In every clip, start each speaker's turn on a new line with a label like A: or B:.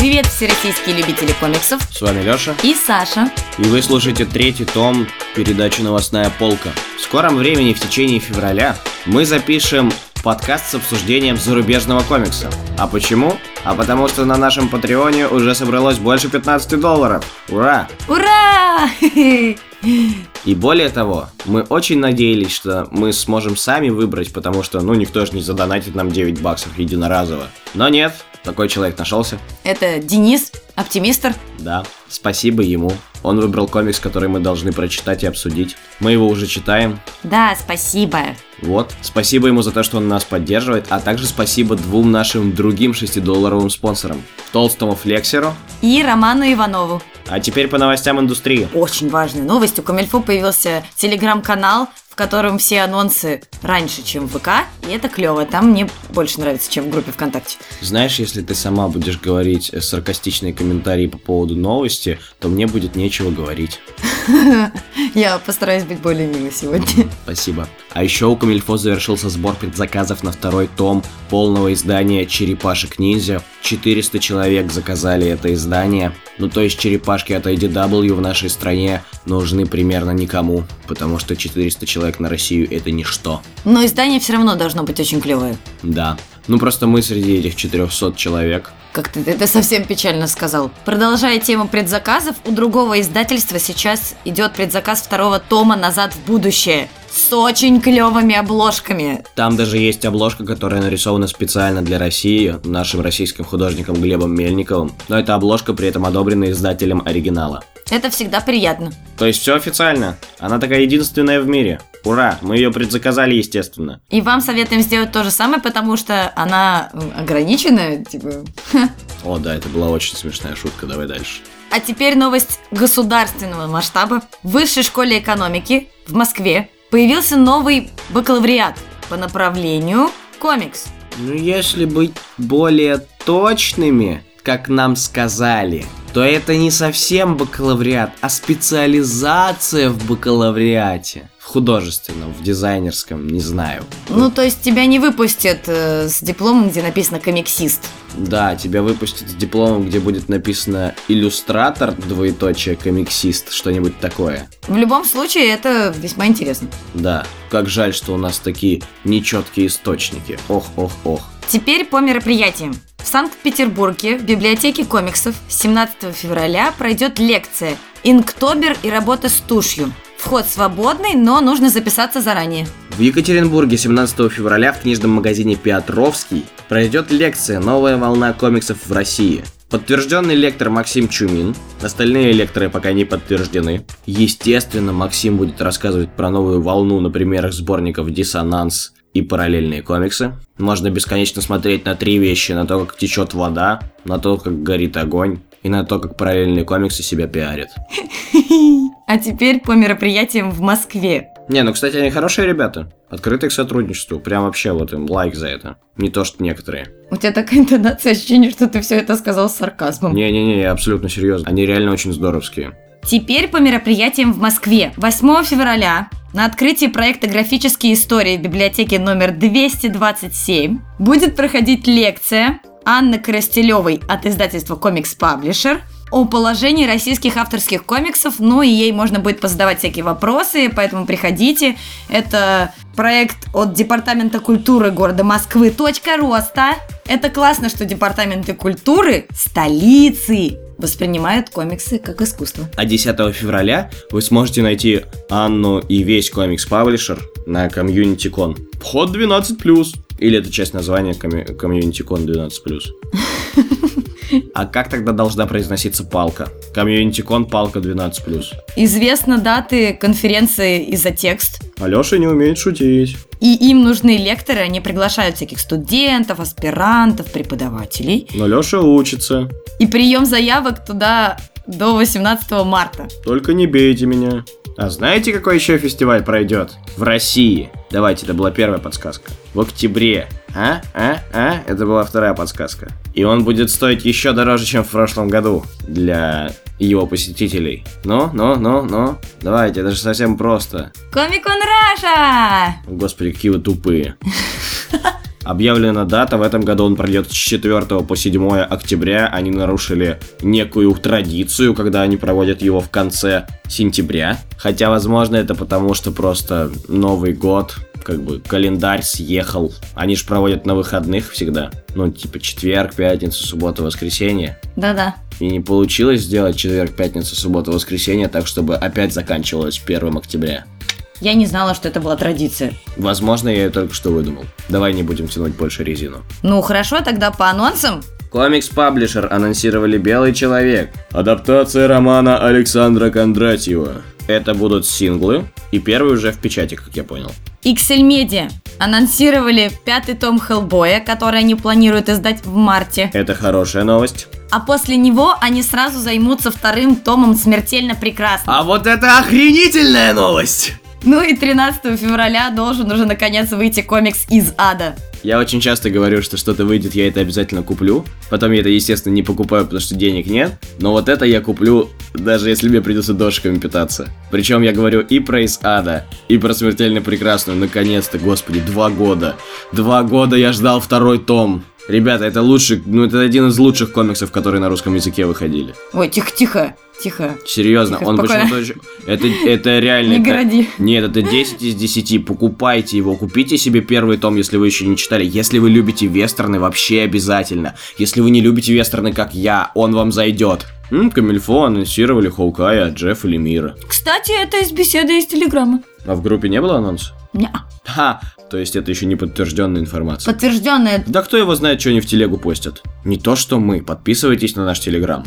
A: всероссийские любители комиксов
B: С вами Леша,
A: и Саша.
B: и вы слушаете третий том передачи «Новостная полка». В скором времени, в течение февраля, мы запишем подкаст с обсуждением зарубежного комикса. А почему? А потому что на нашем Патреоне уже собралось больше 15 долларов. Ура!
A: Ура!
B: И более того, мы очень надеялись, что мы сможем сами выбрать, потому что, ну, никто же не задонатит нам 9 баксов единоразово. Но нет, такой человек нашелся.
A: Это Денис, оптимистр.
B: Да, спасибо ему. Он выбрал комикс, который мы должны прочитать и обсудить. Мы его уже читаем.
A: Да, спасибо.
B: Вот. Спасибо ему за то, что он нас поддерживает, а также спасибо двум нашим другим 6-долларовым спонсорам. Толстому Флексеру.
A: И Роману Иванову.
B: А теперь по новостям индустрии.
A: Очень важная новость. У Камильфо появился телеграм-канал, в котором все анонсы раньше, чем в ВК. И это клево. Там мне больше нравится, чем в группе ВКонтакте.
B: Знаешь, если ты сама будешь говорить э, саркастичные комментарии по поводу новости, то мне будет нечего говорить.
A: Я постараюсь быть более милой сегодня.
B: Спасибо. А еще у Камильфо завершился сбор предзаказов на второй том полного издания «Черепашек-ниндзя». 400 человек заказали это издание. Ну то есть черепашки от IDW в нашей стране нужны примерно никому, потому что 400 человек на Россию это ничто.
A: Но издание все равно должно быть очень клевое.
B: Да. Ну просто мы среди этих 400 человек.
A: Как ты это совсем печально сказал. Продолжая тему предзаказов, у другого издательства сейчас идет предзаказ второго тома «Назад в будущее» с очень клевыми обложками.
B: Там даже есть обложка, которая нарисована специально для России нашим российским художником Глебом Мельниковым, но эта обложка при этом одобрена издателем оригинала.
A: Это всегда приятно.
B: То есть все официально. Она такая единственная в мире. Ура! Мы ее предзаказали, естественно.
A: И вам советуем сделать то же самое, потому что она м, ограниченная, типа.
B: О, да, это была очень смешная шутка. Давай дальше.
A: А теперь новость государственного масштаба. В Высшей школе экономики в Москве появился новый бакалавриат по направлению комикс.
B: Ну, если быть более точными, как нам сказали, то это не совсем бакалавриат, а специализация в бакалавриате. В художественном, в дизайнерском, не знаю.
A: Ну, то есть тебя не выпустят э, с дипломом, где написано комиксист.
B: Да, тебя выпустят с дипломом, где будет написано «Иллюстратор», двоеточие, «Комиксист», что-нибудь такое.
A: В любом случае, это весьма интересно.
B: Да, как жаль, что у нас такие нечеткие источники. Ох, ох, ох.
A: Теперь по мероприятиям. В Санкт-Петербурге в библиотеке комиксов 17 февраля пройдет лекция «Инктобер и работа с тушью». Вход свободный, но нужно записаться заранее.
B: В Екатеринбурге 17 февраля в книжном магазине «Петровский» пройдет лекция «Новая волна комиксов в России». Подтвержденный лектор Максим Чумин, остальные лекторы пока не подтверждены. Естественно, Максим будет рассказывать про новую волну на примерах сборников «Диссонанс» и параллельные комиксы. Можно бесконечно смотреть на три вещи, на то, как течет вода, на то, как горит огонь, и на то, как параллельные комиксы себя пиарят.
A: А теперь по мероприятиям в Москве.
B: Не, ну, кстати, они хорошие ребята. Открыты к сотрудничеству. Прям вообще вот им лайк за это. Не то, что некоторые.
A: У тебя такая интонация, ощущение, что ты все это сказал с сарказмом.
B: Не-не-не, я абсолютно серьезно. Они реально очень здоровские.
A: Теперь по мероприятиям в Москве. 8 февраля на открытии проекта «Графические истории» в библиотеке номер 227 будет проходить лекция Анны Коростелевой от издательства «Комикс Паблишер» о положении российских авторских комиксов, ну и ей можно будет позадавать всякие вопросы, поэтому приходите. Это проект от Департамента культуры города Москвы «Точка роста». Это классно, что департаменты культуры столицы воспринимают комиксы как искусство.
B: А 10 февраля вы сможете найти Анну и весь комикс-паблишер на комьюнити-кон. Вход 12+. Или это часть названия коми- комьюнити-кон 12+. А как тогда должна произноситься палка? Комьюнити-кон палка 12+.
A: Известны даты конференции и за текст.
B: Алёша не умеет шутить.
A: И им нужны лекторы, они приглашают всяких студентов, аспирантов, преподавателей.
B: Но Лёша учится.
A: И прием заявок туда до 18 марта.
B: Только не бейте меня. А знаете, какой еще фестиваль пройдет? В России. Давайте, это была первая подсказка. В октябре. А? А? А? Это была вторая подсказка. И он будет стоить еще дороже, чем в прошлом году для его посетителей. Ну, ну, ну, ну. Давайте, это же совсем просто.
A: Комикон Раша!
B: Господи, какие вы тупые. Объявлена дата, в этом году он пройдет с 4 по 7 октября. Они нарушили некую традицию, когда они проводят его в конце сентября. Хотя, возможно, это потому, что просто Новый год, как бы календарь съехал. Они же проводят на выходных всегда. Ну, типа четверг, пятница, суббота, воскресенье.
A: Да-да.
B: И не получилось сделать четверг, пятница, суббота, воскресенье, так чтобы опять заканчивалось 1 октября.
A: Я не знала, что это была традиция.
B: Возможно, я ее только что выдумал. Давай не будем тянуть больше резину.
A: Ну хорошо, тогда по анонсам.
B: Комикс-паблишер анонсировали «Белый человек». Адаптация романа Александра Кондратьева. Это будут синглы, и первый уже в печати, как я понял.
A: XL Media анонсировали пятый том Хеллбоя, который они планируют издать в марте.
B: Это хорошая новость.
A: А после него они сразу займутся вторым томом «Смертельно прекрасно».
B: А вот это охренительная новость!
A: Ну и 13 февраля должен уже наконец выйти комикс «Из ада».
B: Я очень часто говорю, что что-то выйдет, я это обязательно куплю. Потом я это, естественно, не покупаю, потому что денег нет. Но вот это я куплю, даже если мне придется дошиками питаться. Причем я говорю и про из ада, и про смертельно прекрасную. Наконец-то, господи, два года. Два года я ждал второй том. Ребята, это лучший, ну это один из лучших комиксов, которые на русском языке выходили.
A: Ой, тихо-тихо, тихо.
B: Серьезно,
A: Тихо,
B: он
A: спокойно.
B: вышел тоже. Это, это реально.
A: Не
B: это-
A: городи.
B: Нет, это 10 из 10. Покупайте его, купите себе первый том, если вы еще не читали. Если вы любите вестерны, вообще обязательно. Если вы не любите вестерны, как я, он вам зайдет. М, Камильфо анонсировали Хоукая от Джеффа Лемира.
A: Кстати, это из беседы из Телеграма.
B: А в группе не было анонса?
A: Неа.
B: Ха! То есть это еще не подтвержденная информация.
A: Подтвержденное.
B: Да кто его знает, что они в телегу постят? Не то, что мы. Подписывайтесь на наш телеграм.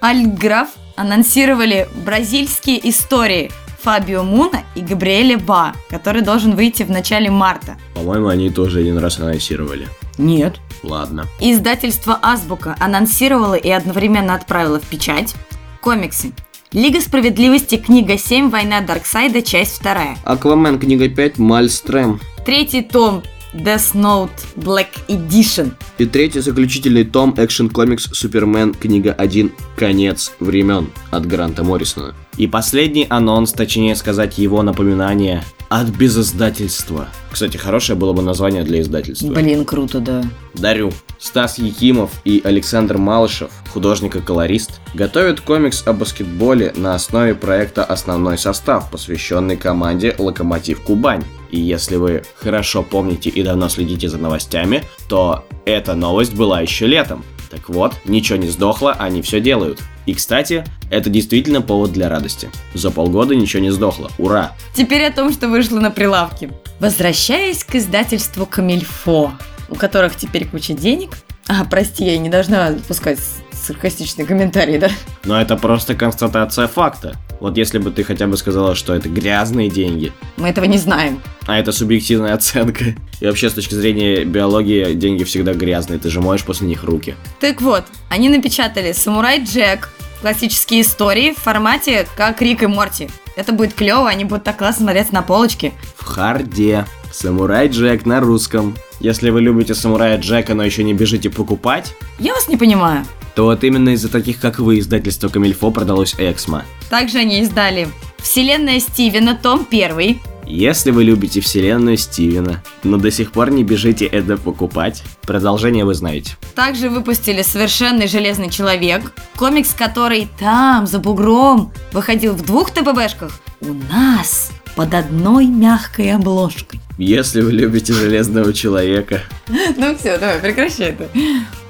A: Альтграф анонсировали бразильские истории Фабио Муна и Габриэля Ба, который должен выйти в начале марта.
B: По-моему, они тоже один раз анонсировали.
A: Нет.
B: Ладно.
A: Издательство «Азбука» анонсировало и одновременно отправило в печать комиксы. Лига справедливости, книга 7, Война Дарксайда, часть 2.
B: Аквамен, книга 5, Мальстрем.
A: Третий том Death Note Black Edition.
B: И третий заключительный том Action Comics Супермен, книга 1, Конец времен от Гранта Моррисона. И последний анонс, точнее сказать, его напоминание от безиздательства. Кстати, хорошее было бы название для издательства.
A: Блин, круто, да.
B: Дарю. Стас Якимов и Александр Малышев, художник и колорист, готовят комикс о баскетболе на основе проекта «Основной состав», посвященный команде «Локомотив Кубань». И если вы хорошо помните и давно следите за новостями, то эта новость была еще летом. Так вот, ничего не сдохло, они все делают. И, кстати, это действительно повод для радости. За полгода ничего не сдохло. Ура!
A: Теперь о том, что вышло на прилавке. Возвращаясь к издательству Камильфо, у которых теперь куча денег. А, прости, я не должна пускать саркастичные комментарии, да?
B: Но это просто констатация факта. Вот если бы ты хотя бы сказала, что это грязные деньги,
A: Мы этого не знаем.
B: А это субъективная оценка. И вообще, с точки зрения биологии, деньги всегда грязные. Ты же моешь после них руки.
A: Так вот, они напечатали «Самурай Джек», классические истории в формате как Рик и Морти. Это будет клево, они будут так классно смотреться на полочке.
B: В харде. Самурай Джек на русском. Если вы любите самурая Джека, но еще не бежите покупать,
A: Я вас не понимаю.
B: то вот именно из-за таких, как вы, издательство Камильфо продалось Эксмо.
A: Также они издали «Вселенная Стивена», том 1,
B: Если вы любите вселенную Стивена, но до сих пор не бежите это покупать, продолжение вы знаете.
A: Также выпустили «Совершенный железный человек», комикс, который там, за бугром, выходил в двух ТПБшках. У нас под одной мягкой обложкой.
B: Если вы любите Железного Человека,
A: Ну все, давай, прекращай это.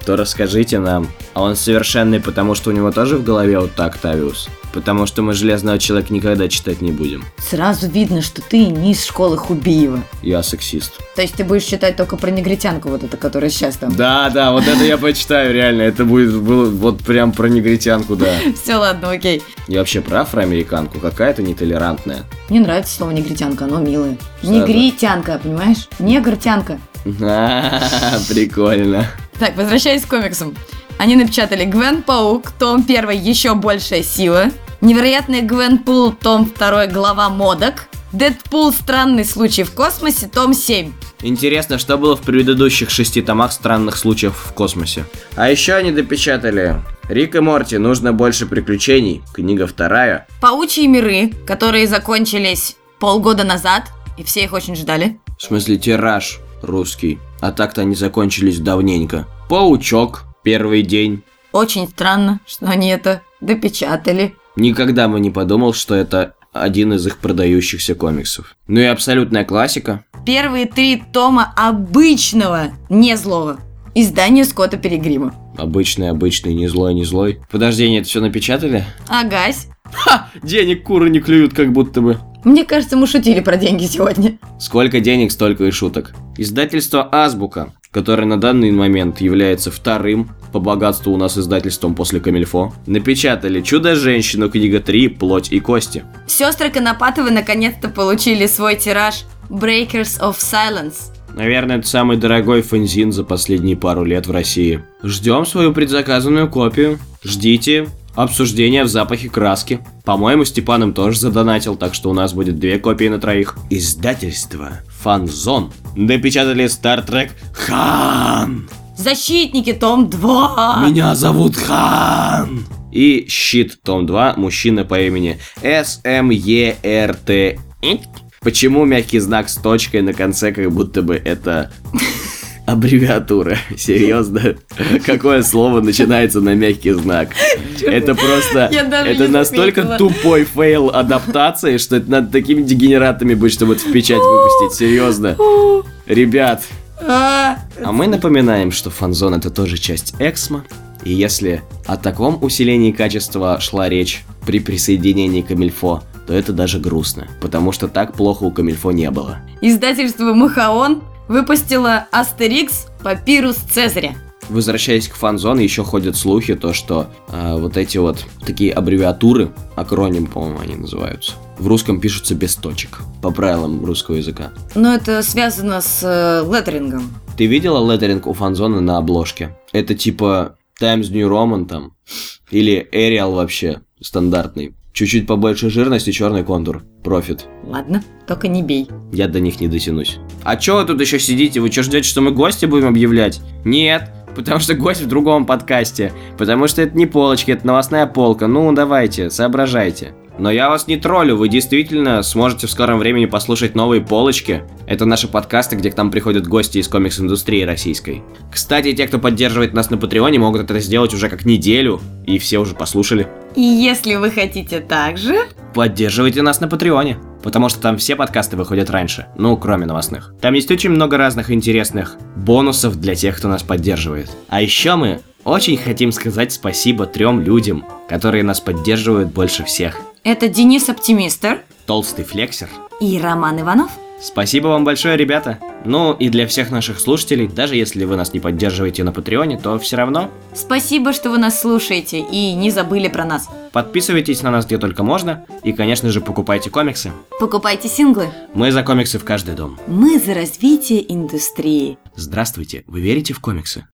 B: то расскажите нам. А он совершенный, потому что у него тоже в голове вот так Тавиус? Потому что мы Железного Человека никогда читать не будем.
A: Сразу видно, что ты не из школы Хубиева.
B: Я сексист.
A: То есть ты будешь читать только про негритянку вот эту, которая сейчас там.
B: Да, да, вот это я почитаю, реально. Это будет было вот прям про негритянку, да.
A: Все, ладно, окей.
B: Я вообще про афроамериканку, какая-то нетолерантная.
A: Мне нравится слово негритянка, оно милое.
B: Да, да.
A: Негритянка, понимаешь? Негритянка.
B: А, Прикольно.
A: Так, возвращаясь к комиксам. Они напечатали Гвен Паук, том 1 «Еще большая сила», «Невероятный Гвен Пул», том 2 «Глава модок», «Дэдпул. Странный случай в космосе», том 7.
B: Интересно, что было в предыдущих шести томах странных случаев в космосе. А еще они допечатали Рик и Морти, нужно больше приключений. Книга вторая.
A: «Паучьи миры», которые закончились полгода назад, И все их очень ждали.
B: В смысле, тираж русский. А так-то они закончились давненько. Паучок. Первый день.
A: Очень странно, что они это допечатали.
B: Никогда бы не подумал, что это один из их продающихся комиксов. Ну и абсолютная классика.
A: Первые три тома обычного, не злого, издания Скотта Перегрима.
B: Обычный, обычный, не злой, не злой. Подожди, они это все напечатали?
A: Агась.
B: Ха! Денег куры не клюют, как будто бы.
A: Мне кажется, мы шутили про деньги сегодня.
B: Сколько денег, столько и шуток. Издательство «Азбука», которое на данный момент является вторым по богатству у нас издательством после «Камильфо», напечатали «Чудо-женщину», книга 3, «Плоть и кости».
A: Сестры Конопатовы наконец-то получили свой тираж Breakers of Silence.
B: Наверное, это самый дорогой фензин за последние пару лет в России. Ждем свою предзаказанную копию. Ждите. Обсуждение в запахе краски. По-моему, Степан им тоже задонатил, так что у нас будет две копии на троих. Издательство Фанзон. Напечатали Стартрек Хан.
A: Защитники, том 2.
B: Меня зовут Хан. И Щит, том 2, мужчина по имени СМЕРТ. Почему мягкий знак с точкой на конце, как будто бы это аббревиатура? Серьезно? Какое слово начинается на мягкий знак? Это просто...
A: Я даже
B: Это
A: не
B: настолько
A: заметила.
B: тупой фейл адаптации, что это надо такими дегенератами быть, чтобы это в печать выпустить. Серьезно.
A: Фу.
B: Ребят,
A: А,
B: а мы напоминаем, что фанзон это тоже часть Эксмо. И если о таком усилении качества шла речь при присоединении Камильфо, то это даже грустно, потому что так плохо у Камильфо не было.
A: Издательство Махаон выпустило Астерикс Папирус Цезаря.
B: Возвращаясь к фан-зоне, еще ходят слухи, то что э, вот эти вот такие аббревиатуры, акроним, по-моему, они называются, в русском пишутся без точек, по правилам русского языка.
A: Но это связано с э, леттерингом.
B: Ты видела леттеринг у фанзоны на обложке? Это типа Times New Roman там. Или Arial вообще стандартный. Чуть-чуть побольше жирности, черный контур. Профит.
A: Ладно, только не бей.
B: Я до них не дотянусь. А чё вы тут еще сидите? Вы чё ждете, что мы гости будем объявлять? Нет, потому что гость в другом подкасте. Потому что это не полочки, это новостная полка. Ну, давайте, соображайте. Но я вас не троллю, вы действительно сможете в скором времени послушать новые полочки. Это наши подкасты, где к нам приходят гости из комикс-индустрии российской. Кстати, те, кто поддерживает нас на Патреоне, могут это сделать уже как неделю, и все уже послушали.
A: И если вы хотите так же,
B: Поддерживайте нас на Патреоне, потому что там все подкасты выходят раньше, ну, кроме новостных. Там есть очень много разных интересных бонусов для тех, кто нас поддерживает. А еще мы очень хотим сказать спасибо трем людям, которые нас поддерживают больше всех.
A: это Денис Оптимистер
B: Толстый Флексер.
A: и Роман Иванов.
B: Спасибо вам большое, ребята. Ну и для всех наших слушателей, даже если вы нас не поддерживаете на Патреоне, то все равно
A: Спасибо, что вы нас слушаете и не забыли про нас.
B: подписывайтесь на нас где только можно и, конечно же, покупайте комиксы.
A: Покупайте синглы.
B: Мы за комиксы в каждый дом.
A: Мы за развитие индустрии.
B: Здравствуйте, вы верите в комиксы?